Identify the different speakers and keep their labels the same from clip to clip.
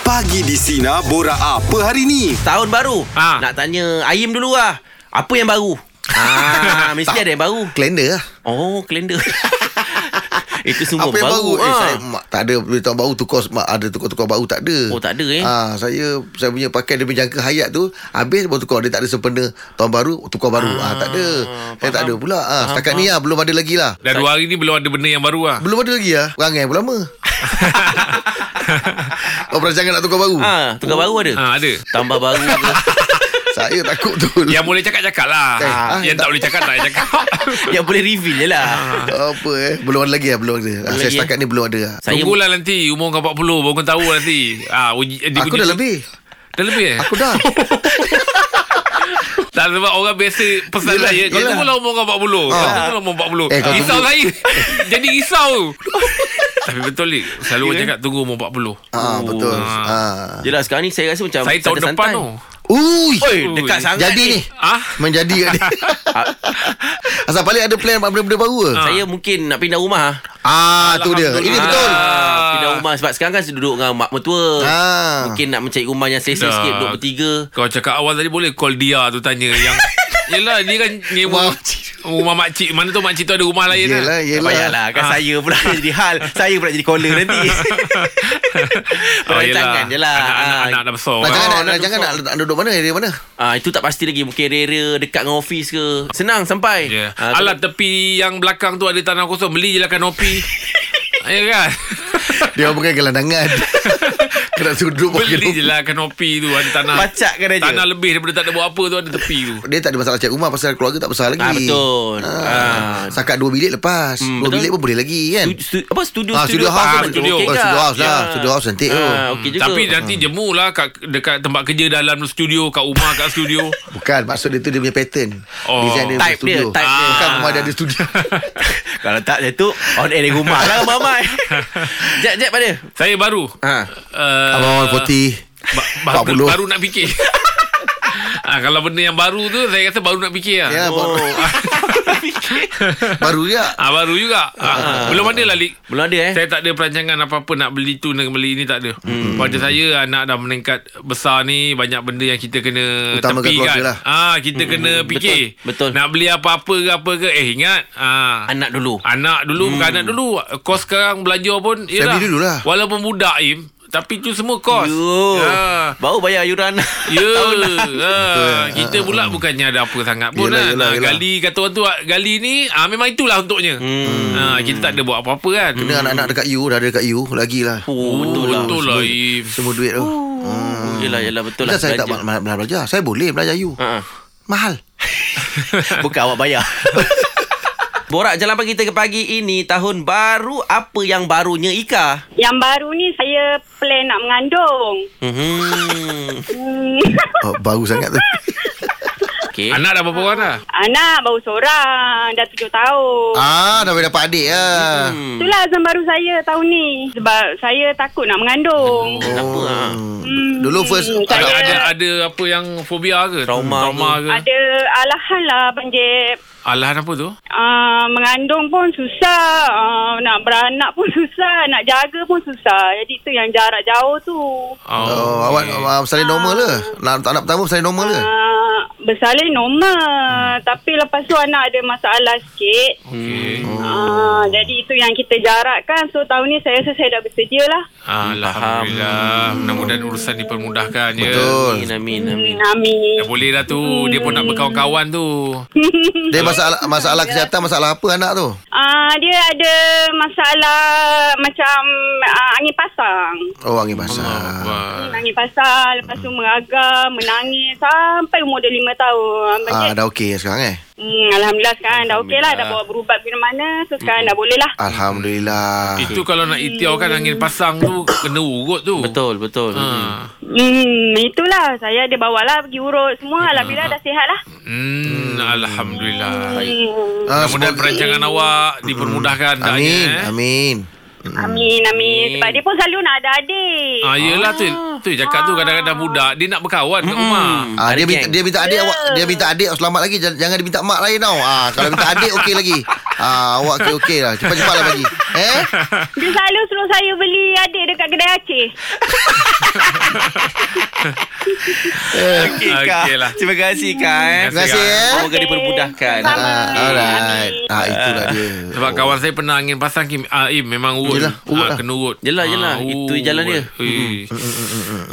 Speaker 1: Pagi di Sina Bora apa hari ni?
Speaker 2: Tahun baru
Speaker 3: Ah.
Speaker 2: Nak tanya Aim dulu lah Apa yang baru? ah,
Speaker 3: Ha.
Speaker 2: mesti ada yang baru
Speaker 4: Kalender lah
Speaker 2: Oh kalender Itu semua
Speaker 4: Apa yang baru, Eh,
Speaker 2: ah.
Speaker 4: saya, mak, Tak ada Bila tahun baru tukar mak, Ada tukar-tukar baru tak ada
Speaker 2: Oh, tak ada, eh?
Speaker 4: ha, Saya Saya punya pakai Dia punya jangka hayat tu Habis baru tukar Dia tak ada sempena Tahun baru Tukar baru ah, ha, Tak ada Saya tak ada pula ha, Setakat ni lah Belum ada lagi lah
Speaker 3: Dah dua hari ni belum ada benda yang baru lah
Speaker 4: Belum ada lagi lah Rangai pun lama Oh perancangan nak tukar baru
Speaker 2: ah, Tukar baru ada?
Speaker 3: ha, Ada
Speaker 2: Tambah baru ke?
Speaker 4: Saya takut tu
Speaker 2: Ya.
Speaker 3: Yang boleh cakap-cakap lah
Speaker 4: Eh,
Speaker 3: ha,
Speaker 4: ah,
Speaker 3: Yang tak boleh cakap tak payah cakap
Speaker 2: Yang boleh reveal je lah
Speaker 3: Ah.
Speaker 4: Apa eh Belum ada lagi lah Belum ada Ah, Saya
Speaker 2: lagi, eh?
Speaker 4: setakat ni belum ada lah
Speaker 2: Saya
Speaker 3: Tunggulah nanti Umur kau 40 Baru kau tahu nanti ha, uji, dia
Speaker 4: Aku
Speaker 3: punya-
Speaker 4: dah lebih
Speaker 3: Dah lebih eh?
Speaker 4: Aku dah
Speaker 3: Tak sebab orang biasa Pesan
Speaker 4: Yelah,
Speaker 3: saya Kau
Speaker 4: yelah.
Speaker 3: tunggulah umur kau 40 Kau
Speaker 4: Ah.
Speaker 3: tunggulah umur 40
Speaker 4: Eh, kau
Speaker 3: Risau
Speaker 4: tunggu.
Speaker 3: saya Jadi risau Tapi betul ni Selalu
Speaker 4: Ya.
Speaker 3: orang cakap Tunggu umur 40
Speaker 4: Ah Betul
Speaker 2: Oh.
Speaker 4: Ah.
Speaker 2: Yelah sekarang ni saya rasa macam
Speaker 3: Saya tahun
Speaker 2: santai-santai.
Speaker 3: depan tu
Speaker 4: Ui
Speaker 2: Oi, dekat
Speaker 3: Ui.
Speaker 2: sangat Ah,
Speaker 4: Jadi ni
Speaker 3: Ah,
Speaker 4: Menjadi kat dia Asal balik ada plan Benda-benda baru ke
Speaker 2: Saya mungkin nak pindah rumah
Speaker 4: Ah tu dia Ini betul
Speaker 2: ah, Pindah rumah Sebab sekarang kan saya duduk dengan mak mertua
Speaker 4: Ah.
Speaker 2: Mungkin nak mencari rumah yang selesa
Speaker 3: Dah.
Speaker 2: sikit Duduk bertiga
Speaker 3: Kau cakap awal tadi boleh call dia tu tanya yang Yelah dia kan nyewa
Speaker 4: Rumah makcik.
Speaker 3: rumah makcik Mana tu makcik tu ada rumah lain
Speaker 2: Tak
Speaker 3: lah.
Speaker 4: Yelah Yelah
Speaker 2: payahlah Kan
Speaker 3: Ah.
Speaker 2: saya pula yang jadi hal Saya pula jadi caller nanti Perancangan je lah
Speaker 3: Oh, Anak-anak
Speaker 2: Ah,
Speaker 3: anak dah besar
Speaker 4: Nak
Speaker 3: kan?
Speaker 4: jangan
Speaker 2: Oh,
Speaker 4: nak,
Speaker 2: nak
Speaker 4: nak, jangan nak, nak duduk mana Area mana
Speaker 2: ah, Itu tak pasti lagi Mungkin area dekat dengan office ke Senang sampai
Speaker 3: yeah.
Speaker 2: Ah,
Speaker 3: Alah Ya. tepi yang belakang tu ada tanah kosong Beli je lah kanopi Ya kan
Speaker 4: Dia bukan gelandangan Kena sudut pakai
Speaker 3: Beli je
Speaker 4: duduk.
Speaker 3: lah kanopi tu Ada tanah
Speaker 2: Bacak kan aja
Speaker 3: Tanah lebih daripada tak ada buat apa tu Ada tepi tu
Speaker 4: Dia tak ada masalah cek rumah Pasal keluarga tak besar lagi
Speaker 2: Ah, betul.
Speaker 4: ah. Sakat dua bilik lepas
Speaker 2: Hmm,
Speaker 4: Dua
Speaker 2: betul.
Speaker 4: bilik pun boleh lagi kan
Speaker 2: Stu- stu- Apa studio
Speaker 4: Ah, studio house
Speaker 2: apa,
Speaker 4: kan?
Speaker 2: betul. Okey
Speaker 4: Oh, studio
Speaker 2: tak?
Speaker 4: house lah.
Speaker 2: Ya.
Speaker 4: Studio house cantik Hmm. tu.
Speaker 2: ah, okay juga.
Speaker 3: Tapi nanti jemu lah kat, Dekat tempat kerja dalam studio Kat rumah kat studio
Speaker 4: Bukan maksud dia tu Dia punya pattern
Speaker 3: Oh.
Speaker 4: Design dia punya
Speaker 2: Type dia,
Speaker 4: studio
Speaker 2: type dia.
Speaker 4: Bukan rumah dia ada studio
Speaker 2: Kalau tak dia tu On air di rumah lah Mamai Jap jap pada
Speaker 3: Saya baru
Speaker 2: Ha.
Speaker 3: uh,
Speaker 4: Abang 40
Speaker 3: Ba- ba-
Speaker 4: 40.
Speaker 3: Baru nak fikir ha, Kalau benda yang baru tu Saya kata baru nak fikir lah
Speaker 4: Ya, baru.
Speaker 2: Oh, ah,
Speaker 4: Baru ya.
Speaker 3: ha, Baru juga ha, Belum ada lah Lik
Speaker 2: Belum ada eh
Speaker 3: Saya tak ada perancangan apa-apa Nak beli tu Nak beli ni tak ada hmm. Pada saya Anak dah meningkat besar ni Banyak benda yang kita kena
Speaker 4: Utamakan
Speaker 3: Tepikan
Speaker 4: keluarga lah.
Speaker 3: ha, Kita kena fikir
Speaker 2: betul.
Speaker 3: Nak beli apa-apa ke apa ke Eh ingat ha.
Speaker 2: Anak dulu
Speaker 3: Anak dulu hmm. bukan anak dulu Kos sekarang belajar pun yelah,
Speaker 4: Family dululah.
Speaker 3: Walaupun budak Im Tapi tu semua kos
Speaker 2: Yo.
Speaker 3: Ha.
Speaker 2: Baru bayar yuran
Speaker 3: Ya ha, Kita pula bukannya ada apa sangat pun yelah, kan
Speaker 4: Yelah, yelah,
Speaker 3: yelah,
Speaker 4: yelah.
Speaker 3: Gali kata orang tu Gali ni ha, Memang itulah untuknya hmm. ha, Kita tak ada buat apa-apa kan
Speaker 4: Kena anak-anak dekat you Dah ada dekat you Lagilah
Speaker 2: Oh betul lah
Speaker 3: Betul lah Im
Speaker 4: Semua duit tu
Speaker 2: Oh, Yelah yelah betul lah
Speaker 4: Bukan saya tak
Speaker 2: belanja.
Speaker 4: ma- ma- belajar Saya boleh belajar you
Speaker 2: Ha, ha.
Speaker 4: Mahal
Speaker 2: Bukan awak bayar Borak jalan pagi kita ke pagi ini Tahun baru Apa yang barunya Ika?
Speaker 5: Yang baru ni saya plan nak mengandung.
Speaker 2: Hmm.
Speaker 5: Hmm.
Speaker 4: oh, Baru sangat tu
Speaker 2: Okay.
Speaker 3: Anak dah berapa orang dah
Speaker 5: Anak baru seorang, dah tujuh tahun. Ah.
Speaker 4: Ah, dah boleh dapat adik lah
Speaker 2: Hmm.
Speaker 5: Itulah azam baru saya tahun ni. Sebab saya takut nak mengandung.
Speaker 2: Kenapa? ah?
Speaker 5: Hmm.
Speaker 4: Dulu first
Speaker 3: ada,
Speaker 5: saya
Speaker 3: ada
Speaker 5: ada,
Speaker 3: ada apa yang fobia ke
Speaker 2: Trauma
Speaker 3: Trauma ke
Speaker 5: ada alahan lah Banjir.
Speaker 3: Alahan apa tu
Speaker 5: Uh, mengandung pun susah uh, Nak beranak pun susah Nak jaga pun susah Jadi tu yang jarak jauh tu
Speaker 3: Oh,
Speaker 4: Oh, awak
Speaker 2: Hmm.
Speaker 4: uh, salin normal ke? Nak anak pertama salin normal ke?
Speaker 5: uh, Bersalin normal Tapi lepas tu anak ada masalah sikit
Speaker 2: Hmm.
Speaker 3: Okay.
Speaker 5: Ah, jadi itu yang kita jarakkan. So tahun ni saya rasa saya dah bersedia lah.
Speaker 3: Alhamdulillah Mudah-mudahan urusan dipermudahkan ya
Speaker 4: Betul.
Speaker 2: Amin, amin, amin.
Speaker 5: Hmm, Amin.
Speaker 3: Dah boleh dah tu Dia pun nak berkawan-kawan tu
Speaker 4: Dia masalah
Speaker 5: Hmm.
Speaker 4: masalah kesihatan masalah apa anak tu?
Speaker 5: Ah, dia ada masalah macam ah, angin pasang.
Speaker 4: Oh, angin
Speaker 2: Hmm.
Speaker 4: basah.
Speaker 3: Wah.
Speaker 5: Angin pasang, lepas tu meraga, menangis sampai umur dia lima tahun.
Speaker 4: Ah,
Speaker 5: Macam,
Speaker 4: dah okey sekarang eh?
Speaker 5: hmm, Alhamdulillah sekarang dah okey lah. Dah bawa berubat bila mana. So sekarang dah boleh lah.
Speaker 4: Alhamdulillah.
Speaker 3: Itu kalau nak itiaukan angin pasang tu Kena urut tu
Speaker 2: Betul, betul.
Speaker 4: Ah.
Speaker 2: Mm.
Speaker 3: ha.
Speaker 5: Hmm, itulah. Saya ada bawa lah pergi urut semua. Alhamdulillah dah sihat lah.
Speaker 3: Hmm, Alhamdulillah.
Speaker 5: Hmm.
Speaker 4: Ah,
Speaker 3: Mudah-mudahan perancangan awak dipermudahkan
Speaker 4: semoga- Amin,
Speaker 3: doanya, eh.
Speaker 4: amin.
Speaker 5: Amin, amin. Sebab dia pun selalu nak ada adik.
Speaker 3: Ah, yelah tu. Tu yang cakap tu kadang-kadang budak dia nak berkawan kat rumah.
Speaker 6: Hmm.
Speaker 4: Ah, dia
Speaker 2: Mm. Ada
Speaker 4: minta,
Speaker 2: geng.
Speaker 4: dia minta adik awak dia minta adik awak selamat lagi jangan, jangan dia minta mak lain tau. Ah kalau minta adik okey lagi. Ah awak okey okey lah. Cepat-cepatlah bagi. Eh?
Speaker 5: Dia selalu suruh saya beli adik dekat kedai Aceh.
Speaker 2: Okey Kak.
Speaker 3: Okey lah.
Speaker 2: Terima kasih Kak. Eh.
Speaker 3: Terima
Speaker 4: Terima kasih eh.
Speaker 2: Semoga dipermudahkan.
Speaker 5: Okey. Sama.
Speaker 4: Ah, alright. Ah itulah dia.
Speaker 3: Sebab kawan saya pernah angin pasang Kim ah, Im memang urut. Ah,
Speaker 4: Yelah, urut lah.
Speaker 3: kena urut.
Speaker 2: Yelah, yelah. Itu jalan dia.
Speaker 3: Eh.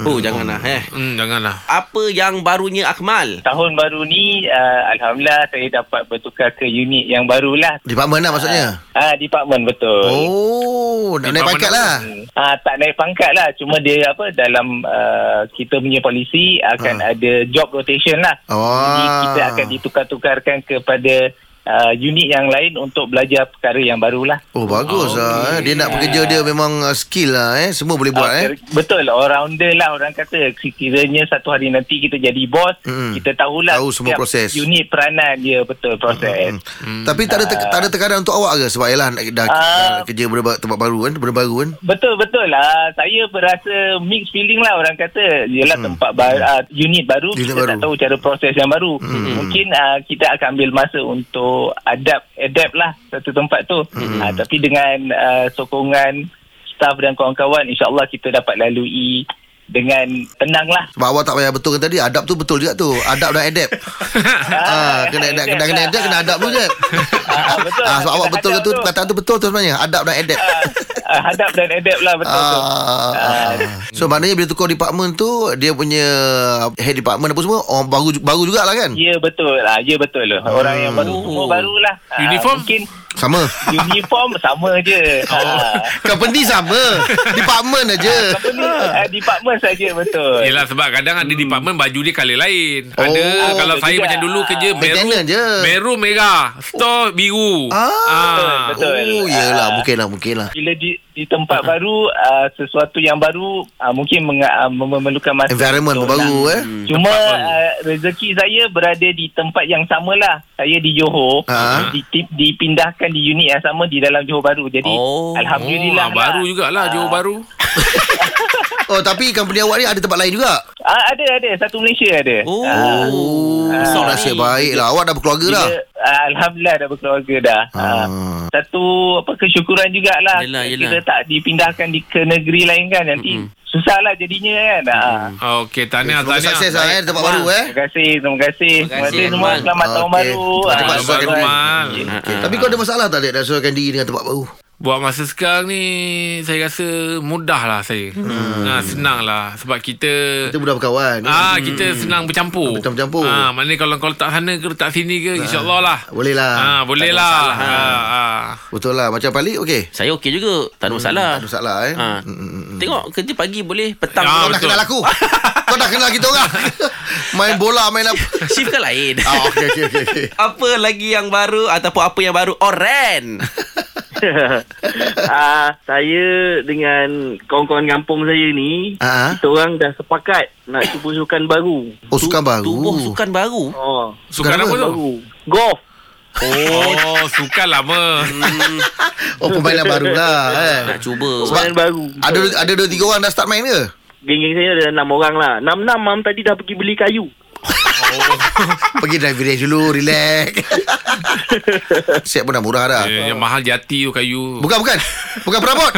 Speaker 2: Oh, janganlah eh.
Speaker 3: Hmm, janganlah.
Speaker 2: Apa yang barunya Akmal?
Speaker 6: Tahun baru ni uh, Alhamdulillah saya dapat bertukar ke unit yang barulah
Speaker 4: Department lah maksudnya.
Speaker 6: Ah, department betul
Speaker 4: Oh, nak naik
Speaker 3: Department
Speaker 4: pangkat
Speaker 3: apa?
Speaker 4: lah.
Speaker 6: Ah, tak naik pangkat lah Cuma dia apa Dalam uh, kita punya polisi Akan
Speaker 4: Ah.
Speaker 6: ada job rotation lah Jadi
Speaker 4: Wah.
Speaker 6: kita akan ditukar-tukarkan kepada uh, Unit yang lain untuk belajar perkara yang barulah
Speaker 4: Oh bagus lah eh. Dia nak bekerja dia memang uh, skill lah eh. Semua boleh buat
Speaker 6: Ah,
Speaker 4: eh.
Speaker 6: ker- Betul all rounder lah orang kata Kiranya satu hari nanti kita jadi bos
Speaker 4: Mm-mm.
Speaker 6: Kita tahulah
Speaker 4: Tahu semua
Speaker 6: setiap
Speaker 4: proses.
Speaker 6: Unit peranan dia betul proses
Speaker 4: Hmm. Tapi tak ada te- tak ada tekanan untuk awak ke sebab yalah nak dah,
Speaker 6: Ah.
Speaker 4: dah kerja benda ba- tempat baru kan, benda baru kan.
Speaker 6: Betul betul lah. Saya berasa mixed feeling lah orang kata. Yalah hmm. tempat baru uh, unit baru
Speaker 4: Unit
Speaker 6: unit kita
Speaker 4: baru.
Speaker 6: baru. tak tahu cara proses yang baru. Hmm. Mungkin uh, kita akan ambil masa untuk adapt adapt lah satu tempat tu. Hmm. Uh, tapi dengan uh, sokongan staff dan kawan-kawan insyaallah kita dapat lalui dengan tenang lah.
Speaker 4: Sebab awak tak payah betulkan tadi, adab tu betul juga tu. Adab dan adapt. ah, kena adapt, kena kena adapt, kena adab dulu je.
Speaker 6: Ah, betul.
Speaker 4: Ah, sebab awak
Speaker 6: Kena
Speaker 4: betul
Speaker 6: adab
Speaker 4: tu
Speaker 6: tu.
Speaker 4: perkataan tu betul tu sebenarnya. Adab dan adapt.
Speaker 6: Uh, hadap dan adapt lah betul tu.
Speaker 4: Ah, ah. So maknanya bila tukar department tu Dia punya Head department apa semua Orang baru baru jugalah kan
Speaker 6: Ya betul lah. Ya betul lah. Orang yang baru semua barulah. Ah,
Speaker 3: Uniform?
Speaker 6: mungkin
Speaker 4: Sama
Speaker 6: uniform sama je.
Speaker 4: Oh.
Speaker 6: Ah.
Speaker 4: Company sama Department aja
Speaker 6: Company uh, department saja betul.
Speaker 3: Yelah sebab kadang ada department baju dia colour lain. Ada
Speaker 4: Hmm. Oh,
Speaker 3: kalau
Speaker 6: betul
Speaker 3: saya
Speaker 6: juga.
Speaker 3: macam dulu kerja meru
Speaker 4: Maintenance je.
Speaker 3: meru merah, store biru.
Speaker 4: Ah.
Speaker 3: Ah.
Speaker 6: Betul.
Speaker 4: Oh yelah Mungkin lah mungkin lah
Speaker 6: Bila di, di tempat baru uh, sesuatu yang baru uh, mungkin meng, uh, memerlukan masa.
Speaker 4: Environment pun
Speaker 6: untuk
Speaker 4: baru
Speaker 6: nak-
Speaker 4: eh
Speaker 3: Hmm,
Speaker 6: Cuma uh, rezeki saya berada di tempat yang samalah. Saya di Johor,
Speaker 4: Ah.
Speaker 6: di, di, dipindahkan di unit yang sama di dalam Johor Baru. Jadi
Speaker 2: Oh.
Speaker 6: alhamdulillah.
Speaker 3: Oh, baru
Speaker 6: lah.
Speaker 3: jugalah Johor Baru.
Speaker 4: Oh tapi company awak ni Ada tempat lain juga
Speaker 6: Ah, ada ada satu Malaysia ada.
Speaker 2: Oh.
Speaker 6: Ah.
Speaker 4: Oh
Speaker 6: Ah.
Speaker 4: Nasib baik lah Awak dah berkeluarga dah
Speaker 6: Bila, ah, Alhamdulillah dah berkeluarga dah.
Speaker 4: Ah.
Speaker 6: Ah. Satu apa kesyukuran jugalah.
Speaker 2: Yelah, yelah.
Speaker 6: Kita tak dipindahkan di, ke negeri lain kan nanti. Susahlah jadinya kan. Ah.
Speaker 3: Ah, Okey, tahniah
Speaker 4: Semoga
Speaker 3: tahniah.
Speaker 4: sukses lah eh Tempat baru eh
Speaker 6: Terima kasih, terima kasih. Terima kasih
Speaker 2: kasih,
Speaker 6: semua.
Speaker 2: Akmal.
Speaker 6: Selamat tahun
Speaker 4: Okey.
Speaker 6: baru.
Speaker 4: Selamat
Speaker 6: Ah.
Speaker 4: Tempat
Speaker 3: Tempat
Speaker 4: baru,
Speaker 3: baru mal.
Speaker 4: Okay.
Speaker 3: Ah.
Speaker 4: Tapi kau ada masalah tak Dek Dah sesuaikan diri dengan tempat baru
Speaker 3: Buat masa sekarang ni Saya rasa mudah lah saya hmm. ha, Senang lah Sebab kita,
Speaker 4: Kita Hmm. mudah berkawan
Speaker 3: Ah kita senang bercampur.
Speaker 4: Kita bercampur.
Speaker 3: Ah maknanya kalau kau letak sana ke letak sini ke insyaallah lah.
Speaker 4: Boleh lah
Speaker 3: Ah boleh lah. Ah, ah.
Speaker 4: Betul lah Macam Palik okey
Speaker 2: Saya okey juga. Tak ada masalah.
Speaker 4: Tak ada masalah Ya, eh
Speaker 2: Ha.
Speaker 4: Mm, mm, mm, mm.
Speaker 2: Tengok kerja pagi boleh, petang boleh.
Speaker 3: Ah,
Speaker 4: Kau dah
Speaker 3: betul.
Speaker 4: kenal aku Kau dah kenal kita orang Main bola Main apa
Speaker 2: Shift kan lain.
Speaker 4: Ah, okey okey okey okey.
Speaker 2: Apa lagi yang baru ataupun apa yang baru? Oren.
Speaker 6: Ah,
Speaker 7: uh, saya dengan kawan-kawan kampung saya ni
Speaker 4: Ah.
Speaker 7: kita orang dah sepakat nak cuba sukan baru.
Speaker 4: Oh sukan baru
Speaker 2: Tubuh sukan baru.
Speaker 7: Oh,
Speaker 3: Sukan
Speaker 4: Sukan
Speaker 3: apa
Speaker 4: apa?
Speaker 3: tu?
Speaker 7: baru. Golf.
Speaker 3: Oh, sukan lama.
Speaker 4: Hmm. Oh permainan baru lah eh.
Speaker 2: Nak cuba.
Speaker 4: Sebab-
Speaker 7: Permainan baru.
Speaker 4: Ada ada dua tiga orang dah start main ke?
Speaker 7: Geng-geng saya ada enam orang lah. Enam-enam mam tadi dah pergi beli kayu.
Speaker 4: Pergi driving range dulu Relax Set pun dah murah dah
Speaker 3: Eh, yang mahal jati tu kayu.
Speaker 4: Bukan bukan Bukan perabot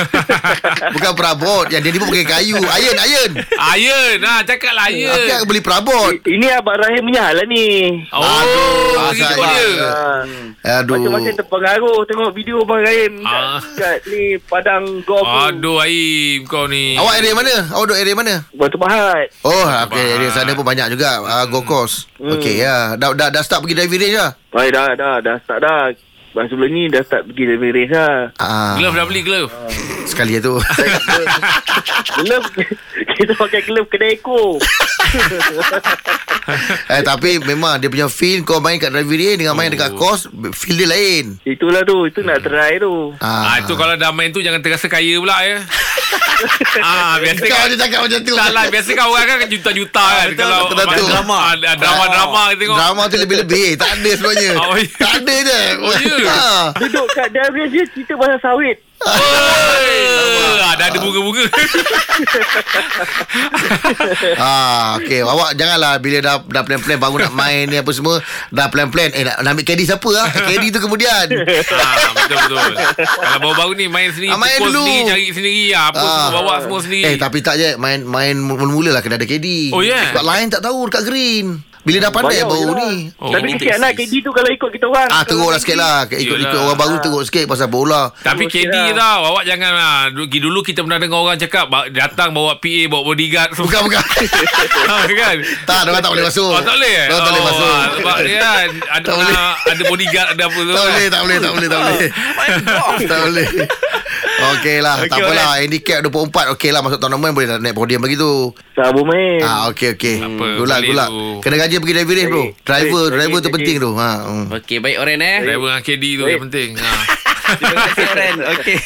Speaker 4: Bukan perabot Yang dia ni pun pakai kayu Iron iron
Speaker 3: Iron. Ah cakap lah
Speaker 4: Tapi
Speaker 3: iron.
Speaker 4: aku beli perabot
Speaker 7: Ini Abang Rahim punya lah ni.
Speaker 3: Oh, pergi
Speaker 4: Aduh,
Speaker 3: jumpa dia.
Speaker 7: Ah,
Speaker 4: lah. Hmm. Aduh
Speaker 7: Macam-macam terpengaruh tengok video Abang Rahim kat,
Speaker 3: Ah.
Speaker 7: kat ni Padang Golf. tu.
Speaker 3: Aduh, Aim kau ni.
Speaker 4: Awak area mana? Awak duduk area mana?
Speaker 7: Batu Pahat.
Speaker 4: Oh, okay, area sana pun banyak juga uh, Go course
Speaker 7: Hmm.
Speaker 4: Okay, ya dah, dah, dah start pergi driving range lah
Speaker 7: Ay, dah, dah, dah start dah. Bang sebelum ni dah start pergi dari race lah.
Speaker 4: Ah,
Speaker 3: Glove dah beli glove.
Speaker 4: sekali je tu
Speaker 7: Glove Kita pakai glove kedai Eko
Speaker 4: eh, Tapi memang dia punya feel Kau main kat driving range Dengan main dekat course Feel dia lain
Speaker 7: Oh. Itulah tu Itu nak try tu
Speaker 3: Ah, itu kalau dah main tu jangan terasa kaya pula ya. ah, biasa
Speaker 4: Kau
Speaker 3: kan.
Speaker 4: je cakap macam tu
Speaker 3: Tak lah, biasa kan orang kan juta-juta kan. Kalau
Speaker 4: betul, betul.
Speaker 3: drama, ah, drama-drama kita tengok.
Speaker 4: Drama tu lebih-lebih Tak ada sebenarnya
Speaker 3: Oh, ya.
Speaker 4: Tak ada je
Speaker 3: Oh, ya.
Speaker 4: Ah.
Speaker 7: Duduk kat dalam dia Cerita pasal sawit
Speaker 3: Ah, dah ada bunga-bunga.
Speaker 4: Ah, okey. Awak janganlah bila dah dah plan-plan baru nak main ni apa semua, dah plan-plan eh nak, nak ambil caddy siapa ah? Caddy tu kemudian.
Speaker 3: ah, betul betul. Kalau baru-baru ni main sendiri,
Speaker 4: Ah, main
Speaker 3: pukul
Speaker 4: dulu.
Speaker 3: sendiri, cari sendiri, ah, apa semua bawa semua sendiri.
Speaker 4: Eh, tapi tak je main main mula-mula lah kena ada caddy.
Speaker 3: Oh, yeah.
Speaker 4: Sebab lain tak tahu dekat green. Bila dah
Speaker 7: Bayar
Speaker 4: pandai baru
Speaker 7: je lah.
Speaker 4: ni.
Speaker 3: Oh.
Speaker 7: Tapi
Speaker 2: ini
Speaker 7: kesian
Speaker 2: tak
Speaker 7: lah
Speaker 2: exist.
Speaker 7: KD tu kalau ikut kita orang
Speaker 4: Ah, teruk lah sikit lah. Ikut-ikut
Speaker 3: Yelah.
Speaker 4: orang baru teruk sikit pasal bola.
Speaker 3: Tapi
Speaker 7: Okey lah.
Speaker 3: KD tau Awak jangan lah Dulu dulu kita pernah dengar orang cakap ba- Datang bawa PA Bawa bodyguard semua.
Speaker 4: Bukan, bukan.
Speaker 3: kan
Speaker 4: tak, orang tak boleh masuk.
Speaker 3: Oh tak boleh eh?
Speaker 4: Orang tak boleh
Speaker 3: Oh,
Speaker 4: masuk.
Speaker 3: ah, Sebab dia kan Ada,
Speaker 4: Tak
Speaker 3: pernah,
Speaker 4: boleh.
Speaker 3: ada bodyguard Ada apa tu kan.
Speaker 4: Tak boleh, tak boleh, tak boleh, tak boleh. tak boleh. Okey lah, okay, tak
Speaker 3: Okey,
Speaker 4: apalah. Handicap 24, okey lah. Masuk tournament boleh naik podium bagi tu.
Speaker 7: Sabu main
Speaker 4: Ah, okey, okey.
Speaker 3: apa,
Speaker 4: Gulak,
Speaker 3: boleh
Speaker 4: gulak.
Speaker 3: tu.
Speaker 4: Kena gaji pergi driving bro.
Speaker 7: Jadi,
Speaker 4: Driver,
Speaker 7: jadi,
Speaker 4: driver tu
Speaker 7: jadi.
Speaker 4: penting tu. Ha. hmm.
Speaker 2: Okey, baik Oren eh.
Speaker 3: Driver dengan KD tu yang penting ha.
Speaker 2: Terima kasih Oren. Okey.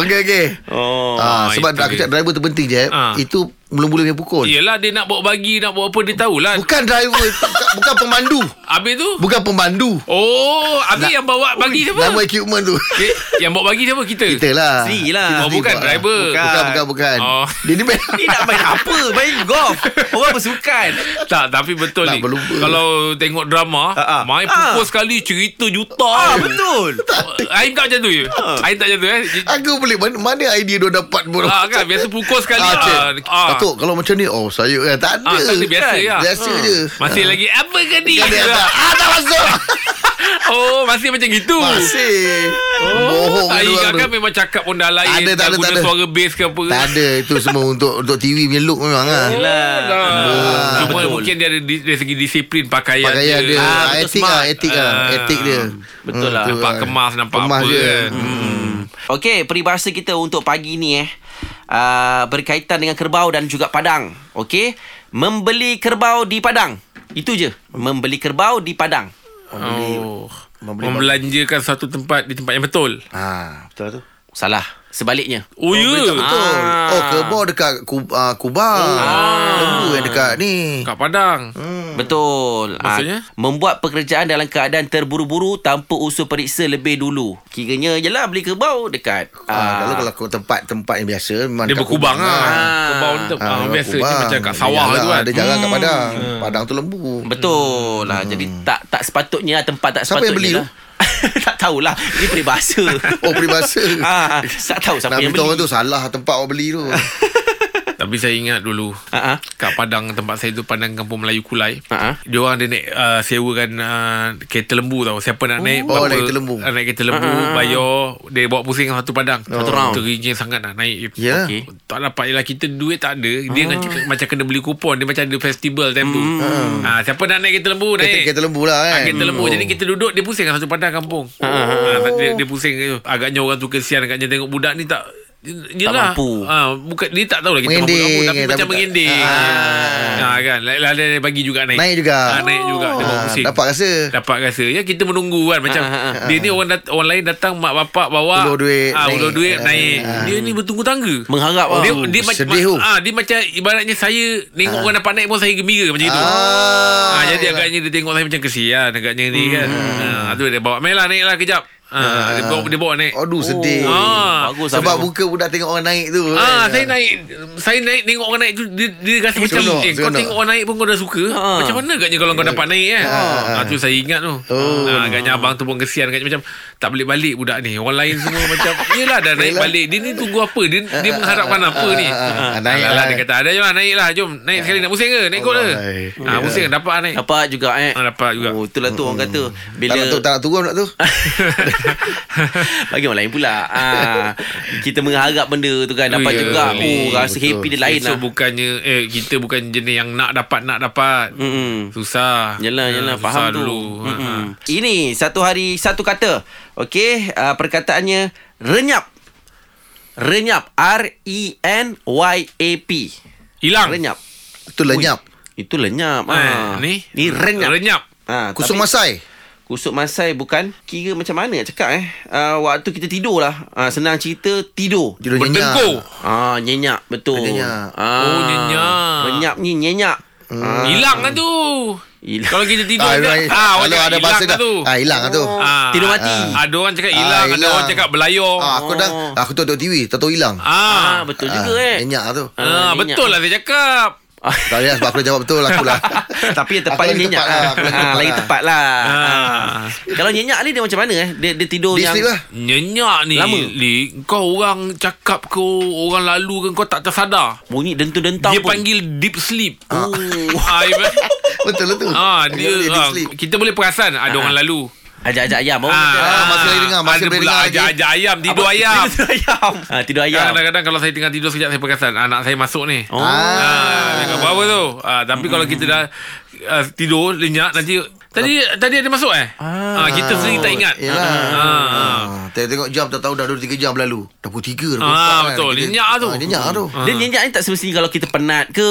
Speaker 4: Okey, okey.
Speaker 2: Oh.
Speaker 4: Ah, sebab
Speaker 3: itu
Speaker 4: aku
Speaker 3: dia.
Speaker 4: cakap driver tu penting je. eh.
Speaker 3: Ah. Ya.
Speaker 4: Itu mula-mula punya pukul.
Speaker 3: Yelah dia nak bawa bagi Nak bawa apa Dia tahulah
Speaker 4: Bukan driver, bukan, bukan pemandu.
Speaker 3: Habis tu
Speaker 4: Bukan pemandu.
Speaker 3: Oh Habis yang bawa bagi siapa
Speaker 4: Nama equipment tu.
Speaker 3: K- Yang bawa bagi siapa Kita
Speaker 4: Kita lah.
Speaker 2: Si lah.
Speaker 3: Oh bukan
Speaker 4: Bukan.
Speaker 3: driver
Speaker 4: Bukan, bukan, bukan.
Speaker 3: Oh.
Speaker 4: Dia ni main.
Speaker 2: Ni nak main apa? Main golf. Orang bersukan.
Speaker 3: Tak tapi betul
Speaker 4: Tak
Speaker 3: ni
Speaker 4: berlupa.
Speaker 3: Kalau tengok drama
Speaker 2: Ah, ah.
Speaker 3: Main pukul sekali Cerita juta
Speaker 2: Ah,
Speaker 3: je.
Speaker 2: betul.
Speaker 3: Aim tak macam tu je
Speaker 2: Ah.
Speaker 3: Aim tak macam tu eh
Speaker 4: Aku boleh mana, mana idea dia dapat pun.
Speaker 3: Ah, kan biasa pukul sekali
Speaker 4: Ah, cik.
Speaker 3: ah, ah.
Speaker 4: Datuk kalau macam ni Oh saya kan Tak ada
Speaker 3: Ah, tak ada, biasa
Speaker 4: kan?
Speaker 3: lah.
Speaker 4: Biasa
Speaker 3: Ah.
Speaker 4: je
Speaker 3: Masih lagi apa ke ni?
Speaker 4: Kan dia tak Ah tak masuk
Speaker 3: Oh, masih macam gitu.
Speaker 4: Masih
Speaker 3: Oh,
Speaker 4: Bohong
Speaker 3: tak
Speaker 4: kedua
Speaker 3: ingat
Speaker 4: orang
Speaker 3: kan
Speaker 4: tu.
Speaker 3: memang cakap benda lain.
Speaker 4: Tak ada, tak ada,
Speaker 3: guna
Speaker 4: tak ada.
Speaker 3: suara bass ke apa. Oh.
Speaker 4: Tak ada Itu semua untuk Untuk TV punya look memang lah
Speaker 2: Yelah.
Speaker 3: Alah.
Speaker 4: Ah,
Speaker 3: Cuma
Speaker 2: betul.
Speaker 3: mungkin dia ada di, dari segi disiplin pakaian,
Speaker 4: Pakaian dia
Speaker 3: Ah,
Speaker 4: ah,
Speaker 2: betul
Speaker 4: Etik
Speaker 2: smart.
Speaker 4: lah Etik lah
Speaker 3: Ah.
Speaker 4: Etik dia
Speaker 2: Betul lah.
Speaker 4: tu
Speaker 3: nampak Hmm, kemas, nampak
Speaker 4: Kemas
Speaker 3: apa
Speaker 4: je.
Speaker 3: kan.
Speaker 2: Hmm. Okey, peribahasa kita untuk pagi ni eh uh, berkaitan dengan kerbau dan juga padang. Okey, membeli kerbau di padang. Itu je. Membeli kerbau di padang.
Speaker 3: Oh.
Speaker 4: Membeli-
Speaker 3: Membelanjakan satu tempat di tempat yang betul.
Speaker 4: Ah, Betul tu
Speaker 2: Salah. Sebaliknya.
Speaker 3: Oh, ya.
Speaker 4: Betul betul
Speaker 3: Ah.
Speaker 4: Oh kerbau dekat Ku- ah, Kubang Lembu yang dekat ni
Speaker 3: Kat Padang.
Speaker 4: Hmm,
Speaker 2: Betul. Ah,
Speaker 3: Maksudnya?
Speaker 2: membuat pekerjaan dalam keadaan terburu-buru tanpa usul periksa lebih dulu. Kiranya jelah beli kerbau dekat.
Speaker 4: Ah,
Speaker 2: ah,
Speaker 4: kalau kalau kau tempat-tempat yang biasa memang
Speaker 3: Dia
Speaker 4: dekat
Speaker 3: berkubang
Speaker 4: Kubang
Speaker 3: lah.
Speaker 2: Ah.
Speaker 3: Kebau tu.
Speaker 4: Ah,
Speaker 3: Ah,
Speaker 4: dekat
Speaker 3: biasa dia
Speaker 4: Kubang.
Speaker 3: macam kat
Speaker 4: Dia
Speaker 3: sawah
Speaker 4: jarang-
Speaker 3: tu kan.
Speaker 4: Dia jarang kat Padang. Padang tu lembu.
Speaker 2: Betul lah. Jadi tak tak sepatutnya lah, tempat tak
Speaker 4: Hmm. Siapa yang beli
Speaker 2: sepatutnya.
Speaker 4: tu?
Speaker 2: beli tak tahulah. Ini peribahasa.
Speaker 4: Oh, peribahasa.
Speaker 2: ah, tak tahu siapa
Speaker 4: Nak
Speaker 2: yang
Speaker 4: beritahu
Speaker 2: beli.
Speaker 4: orang tu salah tempat awak beli tu.
Speaker 3: Tapi saya ingat dulu
Speaker 2: Ah, ah.
Speaker 3: Kat Padang tempat saya tu Padang Kampung Melayu Kulai
Speaker 4: Ah,
Speaker 2: Ha-ha.
Speaker 3: Dia orang ada naik uh, Sewakan uh, Kereta lembu tau Siapa nak naik
Speaker 4: Oh, naik kereta lembu. Ah,
Speaker 3: uh, Naik kereta lembu Bayar Dia bawa pusing satu Padang
Speaker 2: Satu round.
Speaker 3: Teringin sangat nak naik
Speaker 4: Oh. Ya. Ah.
Speaker 2: Okey.
Speaker 3: Tak dapat Yelah kita duit tak ada Dia nak cakap, macam kena beli kupon Dia macam ada festival time tu ha, Siapa nak naik kereta lembu naik
Speaker 4: Hmm. Kereta, kereta lembu lah kan.
Speaker 3: Ah, kereta lembu Jadi kita duduk Dia pusing kat satu padang kampung
Speaker 4: Ha,
Speaker 3: ah, dia, dia pusing Agaknya orang tu kesian Agaknya tengok budak ni tak Yelah
Speaker 2: mampu.
Speaker 3: ah, bukan, Dia tak tahu lah kita
Speaker 4: Mengending,
Speaker 3: mampu Tapi
Speaker 4: tapi
Speaker 3: macam
Speaker 4: tak-
Speaker 3: mengending ah.
Speaker 4: Ah.
Speaker 3: kan Lah lah, dia bagi juga naik
Speaker 4: Naik juga.
Speaker 3: ah, Naik juga Dia bawa
Speaker 4: Ah,
Speaker 3: pusing
Speaker 4: dapat rasa.
Speaker 3: Dapat rasa Ya kita menunggu kan Macam
Speaker 2: Ah, ah,
Speaker 3: Dia ni orang dat- orang lain datang Mak bapak bawa
Speaker 4: Ulur duit,
Speaker 3: ah, Ulur
Speaker 4: naik.
Speaker 3: duit
Speaker 4: Ah,
Speaker 3: naik
Speaker 4: ah.
Speaker 3: Dia ni bertunggu tangga
Speaker 2: Mengharap
Speaker 3: dia,
Speaker 2: lah.
Speaker 3: dia, macam
Speaker 4: sedih oh. tu.
Speaker 3: ah, dia macam Ibaratnya saya Tengok orang dapat naik pun Saya gembira macam itu
Speaker 4: Ah, Hmm.
Speaker 3: Ah, jadi
Speaker 4: yelah.
Speaker 3: agaknya dia tengok saya macam kesian agaknya ni kan. Ha, tu dia bawa main lah naik lah kejap. Ha,
Speaker 4: Ya,
Speaker 3: dia bawa dia bawa naik.
Speaker 4: Aduh, sedih.
Speaker 3: Ah.
Speaker 2: Bagus
Speaker 4: Sebab muka budak tengok orang naik tu.
Speaker 3: Ah,
Speaker 4: kan.
Speaker 3: saya naik saya naik tengok orang naik tu dia, dia rasa macam
Speaker 4: Seronok,
Speaker 3: eh, kau
Speaker 4: seronok.
Speaker 3: tengok orang naik pun kau dah suka.
Speaker 2: Ah.
Speaker 3: Macam mana agaknya kalau kau dapat naik kan?
Speaker 4: Ah.
Speaker 3: Ah, tu saya ingat tu.
Speaker 4: Oh.
Speaker 3: Ah, agaknya abang tu pun kesian agaknya macam tak boleh balik budak ni. Orang lain semua macam yelah dah naik
Speaker 4: Yelah.
Speaker 3: balik. Dia ni tunggu apa? Dia dia
Speaker 4: ah,
Speaker 3: mengharapkan
Speaker 4: ah,
Speaker 3: apa
Speaker 4: ah,
Speaker 3: ni?
Speaker 4: ah, ah,
Speaker 3: Ah,
Speaker 4: naik
Speaker 3: lah,
Speaker 4: lah.
Speaker 3: dia kata ada je lah naik lah jom naik sekali nak pusing ke? Naik kot ke?
Speaker 4: Allah.
Speaker 3: Ah, pusing dapat naik.
Speaker 2: Dapat juga eh.
Speaker 3: Ah, dapat juga.
Speaker 2: Oh, itulah tu orang kata. Bila
Speaker 4: Hmm. Tak nak, tu, tak nak turun pula tu.
Speaker 3: Ah.
Speaker 2: Bagi orang lain pula. Ah, kita mengharap benda tu kan dapat
Speaker 3: Ya,
Speaker 2: juga. Oh,
Speaker 3: boleh.
Speaker 2: rasa happy dia lain
Speaker 3: so,
Speaker 2: lah.
Speaker 3: bukannya eh kita bukan jenis yang nak dapat nak dapat.
Speaker 2: Mm-mm.
Speaker 3: Susah.
Speaker 2: Mm. Yelah,
Speaker 3: Ah,
Speaker 2: yelah.
Speaker 3: susah
Speaker 2: Faham tu.
Speaker 3: dulu. Ha,
Speaker 2: Mm-mm. Ini satu hari satu kata. Okey, ah, perkataannya renyap. Renyap. E R-E-N-Y-A-P.
Speaker 3: ha. Hilang.
Speaker 2: Renyap.
Speaker 4: Tu lenyap.
Speaker 2: Itu lenyap.
Speaker 3: Eh,
Speaker 2: Ah.
Speaker 3: ni
Speaker 2: Ni renyap.
Speaker 3: Renyap.
Speaker 2: Ah,
Speaker 4: Kusung
Speaker 2: tapi-
Speaker 4: masai.
Speaker 2: Kusut masai bukan Kira macam mana nak cakap eh uh, Waktu kita tidur lah uh, Senang cerita tidur
Speaker 4: Tidur lenyap.
Speaker 3: Bertengkur.
Speaker 2: Ah Nyenyak betul
Speaker 4: Nyenyak.
Speaker 2: ah,
Speaker 3: Oh, nyenyak.
Speaker 2: Nyenyak ni nyenyak
Speaker 3: Hilang lah tu.
Speaker 2: Hilang.
Speaker 3: Kalau kita tidur
Speaker 4: Ah,
Speaker 3: je, ah,
Speaker 4: hilang-
Speaker 3: orang
Speaker 4: kalau
Speaker 3: cakap
Speaker 4: ada
Speaker 3: hilang
Speaker 4: bahasa
Speaker 3: lah
Speaker 4: dah.
Speaker 3: tu.
Speaker 4: Ah, hilang lah tu.
Speaker 3: Ah.
Speaker 2: Tidur mati.
Speaker 3: Ah. Ada orang cakap hilang,
Speaker 4: Ah,
Speaker 3: ada
Speaker 4: hilang.
Speaker 3: orang cakap belayar.
Speaker 4: Ah, aku dah aku tengok TV, tahu hilang.
Speaker 3: Ah.
Speaker 2: Ah, betul juga eh.
Speaker 4: Minyak lah tu.
Speaker 2: Ah,
Speaker 3: Ah, betul lah saya cakap.
Speaker 2: Ah,
Speaker 4: Tak payah sebab aku dah jawab betul aku lah.
Speaker 2: Tapi yang
Speaker 4: Aku
Speaker 2: tepat
Speaker 4: lagi
Speaker 2: ni nyenyak
Speaker 4: tepat lah,
Speaker 2: lah.
Speaker 4: aku
Speaker 2: Ah,
Speaker 4: lagi tepat
Speaker 2: Lagi
Speaker 4: lah.
Speaker 2: tepat lah.
Speaker 3: Ah.
Speaker 2: Kalau nyenyak ni dia macam mana eh? Dia, dia tidur
Speaker 4: Dia
Speaker 2: yang...
Speaker 4: sleep lah.
Speaker 3: Nyenyak ni
Speaker 2: Lama.
Speaker 3: Li, Kau orang cakap ke Orang lalu ke Kau tak tersadar
Speaker 2: Bunyi dentu-dentang
Speaker 3: Dia
Speaker 2: pun.
Speaker 3: panggil deep sleep ah. Ah,
Speaker 4: Betul lah tu.
Speaker 3: ah, dia,
Speaker 4: Dia
Speaker 3: ah,
Speaker 4: sleep.
Speaker 3: Kita boleh perasan Ada orang lalu
Speaker 2: Ajak-ajak ayam. Oh,
Speaker 4: Ah, masih lagi dengar, masih
Speaker 3: ada
Speaker 4: boleh
Speaker 3: pula
Speaker 4: dengar lagi.
Speaker 3: ajak-ajak ayam Tidur
Speaker 2: Apa?
Speaker 3: ayam Ya,
Speaker 2: Tidur ayam. Ha, tidur ayam.
Speaker 3: Kadang-kadang kalau saya tengah tidur sekejap Saya perasan Anak saya masuk ni
Speaker 2: Oh.
Speaker 3: Ah, cakap apa tu? Ah, tapi kalau kita dah ah, tidur lenyak nanti tadi tadi ada masuk eh? Ah, kita sendiri tak ingat.
Speaker 4: Yalah.
Speaker 3: Ah.
Speaker 4: Ya lah. Ah. Tengok tengok jam tak tahu dah 2 3 jam berlalu. Dah pukul 3 dah pukul
Speaker 3: Ah,
Speaker 4: empat kan.
Speaker 3: betul.
Speaker 4: Kita-
Speaker 3: Lenyak tu.
Speaker 4: Ah, Lenyak tu.
Speaker 3: Ah.
Speaker 2: Dia nyenyak ni tak semestinya kalau kita penat ke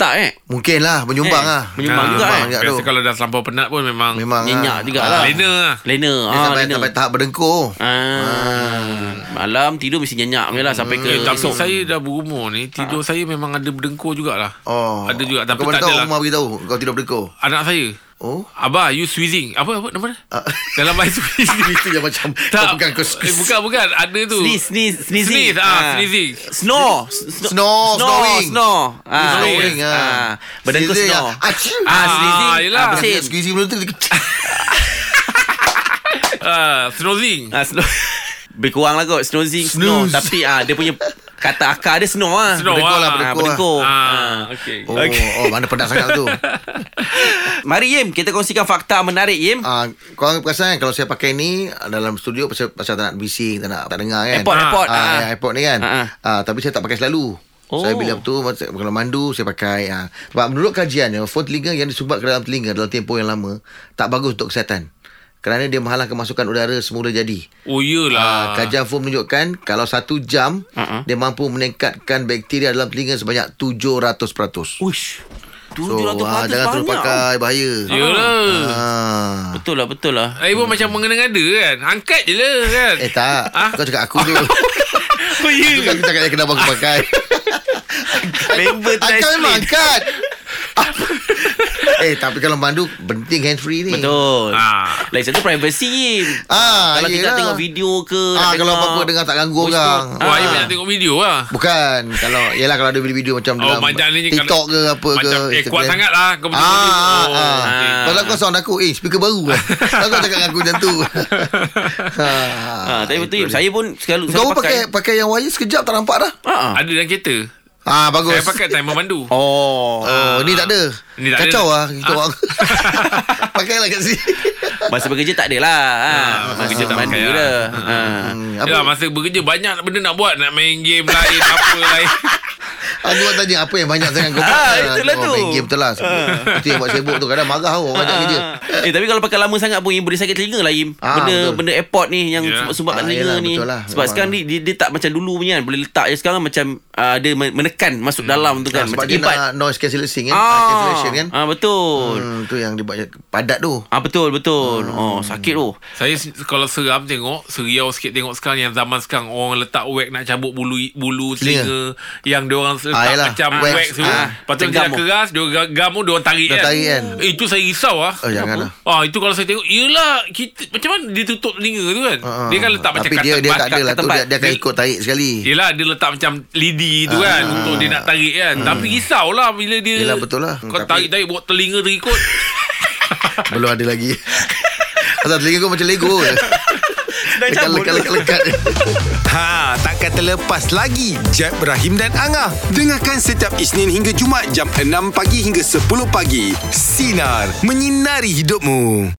Speaker 2: tak eh?
Speaker 4: Mungkin lah menyumbang
Speaker 2: Eh,
Speaker 4: lah.
Speaker 2: menyumbang
Speaker 3: Ah,
Speaker 2: juga, eh.
Speaker 4: juga
Speaker 3: Biasa
Speaker 4: tu.
Speaker 3: kalau dah terlampau penat pun memang
Speaker 4: Memang
Speaker 2: Nyenyak
Speaker 4: ah.
Speaker 2: juga
Speaker 4: Ah.
Speaker 2: lah.
Speaker 3: lena lah.
Speaker 2: Lena.
Speaker 4: Dia
Speaker 2: Ah,
Speaker 4: sampai,
Speaker 2: lena.
Speaker 4: sampai tahap berdengkur.
Speaker 2: Ah. Malam tidur mesti nyenyak je lah sampai ke
Speaker 3: Eh,
Speaker 4: Hmm.
Speaker 3: tapi
Speaker 2: esok.
Speaker 3: saya dah berumur ni Tidur saya memang ada berdengkur jugalah
Speaker 4: Oh.
Speaker 3: Ada juga Tapi
Speaker 4: kau
Speaker 3: tak
Speaker 4: mana tahu
Speaker 3: adalah
Speaker 4: Umar beritahu kau tidur berdengkur.
Speaker 3: Anak saya
Speaker 4: Oh.
Speaker 3: Abah you squeezing Apa apa nama dia?
Speaker 4: Ah.
Speaker 3: Dalam air squeezing
Speaker 4: Itu yang macam kau pegang kau
Speaker 3: eh, Bukan bukan Ada tu
Speaker 2: Sneeze, sneeze, sneezing.
Speaker 3: Sneeze, ah, sneezing.
Speaker 2: Snore. Snore,
Speaker 4: Snore, snoring.
Speaker 2: Snore. Ah,
Speaker 4: Snoring, ah.
Speaker 2: ah. Badan kau
Speaker 4: Sneezing,
Speaker 2: snore.
Speaker 4: ah. Achoo.
Speaker 2: Ah, sneezing.
Speaker 3: Ah, yelah.
Speaker 2: Ah,
Speaker 4: Dia
Speaker 2: bersin.
Speaker 4: squeezy belum tu.
Speaker 3: Ah, Snoozing
Speaker 2: Ah, snore. Lebih kurang lah kot Snoozing snore.
Speaker 4: Snooze.
Speaker 2: Tapi ah, dia punya Kata akar dia snore lah
Speaker 3: Snore,
Speaker 4: Berdengkur
Speaker 3: ah.
Speaker 4: lah,
Speaker 2: Ah,
Speaker 4: berdengkur lah.
Speaker 2: berdengkur ah.
Speaker 3: Ah, okay
Speaker 4: Oh, oh, mana pedas sangat tu.
Speaker 2: Mari Yim Kita kongsikan fakta menarik Yim
Speaker 4: Ah, kau orang perasan kan kalau saya pakai ni ah, dalam studio pasal, pasal tak nak bising, tak nak tak dengar kan.
Speaker 2: Airpod, airpod.
Speaker 4: Ah,
Speaker 2: Ah.
Speaker 4: ya, airpod ni kan.
Speaker 2: Ah, ah.
Speaker 4: Ah, tapi saya tak pakai selalu.
Speaker 2: Oh.
Speaker 4: Oh. Saya bila tu masa- kalau mandu saya pakai ah. Sebab menurut kajian fon telinga yang disumbat ke dalam telinga dalam tempoh yang lama tak bagus untuk kesihatan. Kerana dia menghalang kemasukan udara semula jadi.
Speaker 3: Oh
Speaker 4: Ah,
Speaker 3: yelah
Speaker 4: kajian FOM menunjukkan kalau satu jam uh-uh. dia mampu meningkatkan bakteria dalam telinga sebanyak 700%.
Speaker 2: Uish
Speaker 4: So,
Speaker 2: 700
Speaker 4: ah,
Speaker 2: so,
Speaker 4: jangan terus pakai bahaya.
Speaker 3: Ya. Yelah
Speaker 4: Ah.
Speaker 2: Betul lah betul lah
Speaker 3: Eh, pun macam mengena-ngada kan. Angkat je lah kan.
Speaker 4: Eh tak
Speaker 3: Ah?
Speaker 4: Kau cakap aku tu Aku
Speaker 3: Oh, ya.
Speaker 4: kan cakap yang kenapa aku pakai
Speaker 2: Member tu
Speaker 4: Angkat memang
Speaker 2: explain
Speaker 4: angkat Apa? Eh tapi kalau mandu Penting hand free ni
Speaker 2: Betul
Speaker 3: Ah.
Speaker 2: Lain satu privacy Yim
Speaker 4: Ah,
Speaker 2: Kalau kita
Speaker 4: yelah.
Speaker 2: tengok video ke
Speaker 4: ah, Kalau apa-apa dengar tak ganggu orang
Speaker 3: Wah,
Speaker 4: Ah.
Speaker 3: you Oh, banyak tengok video lah.
Speaker 4: Bukan Kalau Yelah kalau ada video-video macam
Speaker 3: Oh,
Speaker 4: dalam
Speaker 3: macam ni
Speaker 4: TikTok ke apa ke
Speaker 3: Macam, eh, kuat
Speaker 4: Instagram.
Speaker 3: sangat lah. Kau
Speaker 4: Ah,
Speaker 3: betul
Speaker 4: ah, ah.
Speaker 2: okey.
Speaker 4: Kalau kau sound aku Eh speaker baru kan Kalau kau cakap dengan aku macam tu
Speaker 2: Ah,
Speaker 4: ah,
Speaker 2: Tapi betul Yim Saya pun selalu
Speaker 4: Kau
Speaker 2: selalu
Speaker 4: pun pakai pakai yang wire sekejap tak nampak dah
Speaker 2: Ah, ah.
Speaker 3: Ada dalam kereta.
Speaker 4: Ah bagus
Speaker 3: Saya pakai timer mandu.
Speaker 2: Oh
Speaker 4: Oh, ni tak ada.
Speaker 3: Ni tak ada.
Speaker 4: Kacau
Speaker 3: Ah.
Speaker 4: lah kita orang. Pakailah kat sini.
Speaker 2: Masa bekerja tak adalah ha.
Speaker 4: Ah,
Speaker 3: masa bekerja tak
Speaker 2: mandi
Speaker 3: pakai,
Speaker 4: lah.
Speaker 2: je. Ha.
Speaker 4: Hmm,
Speaker 3: Apa? Yalah, masa bekerja banyak benda nak buat. Nak main game lain, apa lain.
Speaker 4: Aku nak Ah, tanya apa yang banyak sangat kau buat.
Speaker 2: Ah, itulah
Speaker 4: oh,
Speaker 2: tu.
Speaker 4: Main game betul lah. Itu yang buat sibuk tu. Kadang marah tau orang banyak kerja. Kan,
Speaker 2: Eh tapi kalau pakai lama sangat pun Im, boleh sakit telinga lah Im.
Speaker 4: Ah,
Speaker 2: benda
Speaker 4: betul.
Speaker 2: benda airport ni yang
Speaker 3: Ya.
Speaker 2: yeah. sumbat kat
Speaker 4: Ah,
Speaker 2: telinga
Speaker 4: yelah,
Speaker 2: ni.
Speaker 4: betul lah.
Speaker 2: Sebab
Speaker 4: Memang.
Speaker 2: sekarang ni dia, dia tak macam dulu punya kan. Boleh letak je sekarang macam uh, dia men- menekan masuk dalam tu
Speaker 4: Ah,
Speaker 2: kan.
Speaker 4: sebab
Speaker 2: macam
Speaker 4: dia
Speaker 2: ipat.
Speaker 4: nak noise cancellation kan. Ah,
Speaker 2: Ah,
Speaker 4: cancellation kan.
Speaker 2: ah betul.
Speaker 4: Hmm, tu yang dia buat padat tu.
Speaker 2: Ah betul betul. Oh sakit tu.
Speaker 3: Saya se- kalau seram tengok, seriau sikit tengok sekarang yang zaman sekarang orang letak wax nak cabut bulu bulu telinga
Speaker 4: Telinga.
Speaker 3: yang dia orang letak
Speaker 4: Ah, yalah.
Speaker 3: macam wax,
Speaker 4: Wax.
Speaker 3: tu.
Speaker 4: Ah,
Speaker 3: Lepas tu
Speaker 2: macam
Speaker 3: dia dah
Speaker 2: gam.
Speaker 3: keras, dia orang gam tu dia orang tarik
Speaker 4: Dia
Speaker 3: kan.
Speaker 4: tarik kan.
Speaker 3: Eh, itu saya risau ah.
Speaker 4: Oh, jangan lah.
Speaker 3: Ah itu kalau saya tengok Yelah kita, Macam mana dia tutup telinga tu kan
Speaker 4: Ah,
Speaker 3: Dia kan letak
Speaker 4: Tapi
Speaker 3: macam
Speaker 4: dia, dia tak ada
Speaker 3: kat
Speaker 4: lah tu.
Speaker 3: tempat.
Speaker 4: Dia, dia akan ikut tarik sekali.
Speaker 3: Yelah dia letak macam lidi tu kan Untuk dia nak tarik kan Tapi risaulah bila dia
Speaker 4: Ah. Hmm. Yelah, betul lah.
Speaker 3: Kau
Speaker 4: Tapi-
Speaker 3: tarik-tarik buat telinga terikut
Speaker 4: Belum ada lagi. Asal telinga kau macam Lego je. Lekat, lekat, lekat, lekat.
Speaker 1: Ha, takkan terlepas lagi Jeb, Ibrahim dan Angah. Dengarkan setiap Isnin hingga Jumat jam 6 pagi hingga 10 pagi. Sinar, menyinari hidupmu.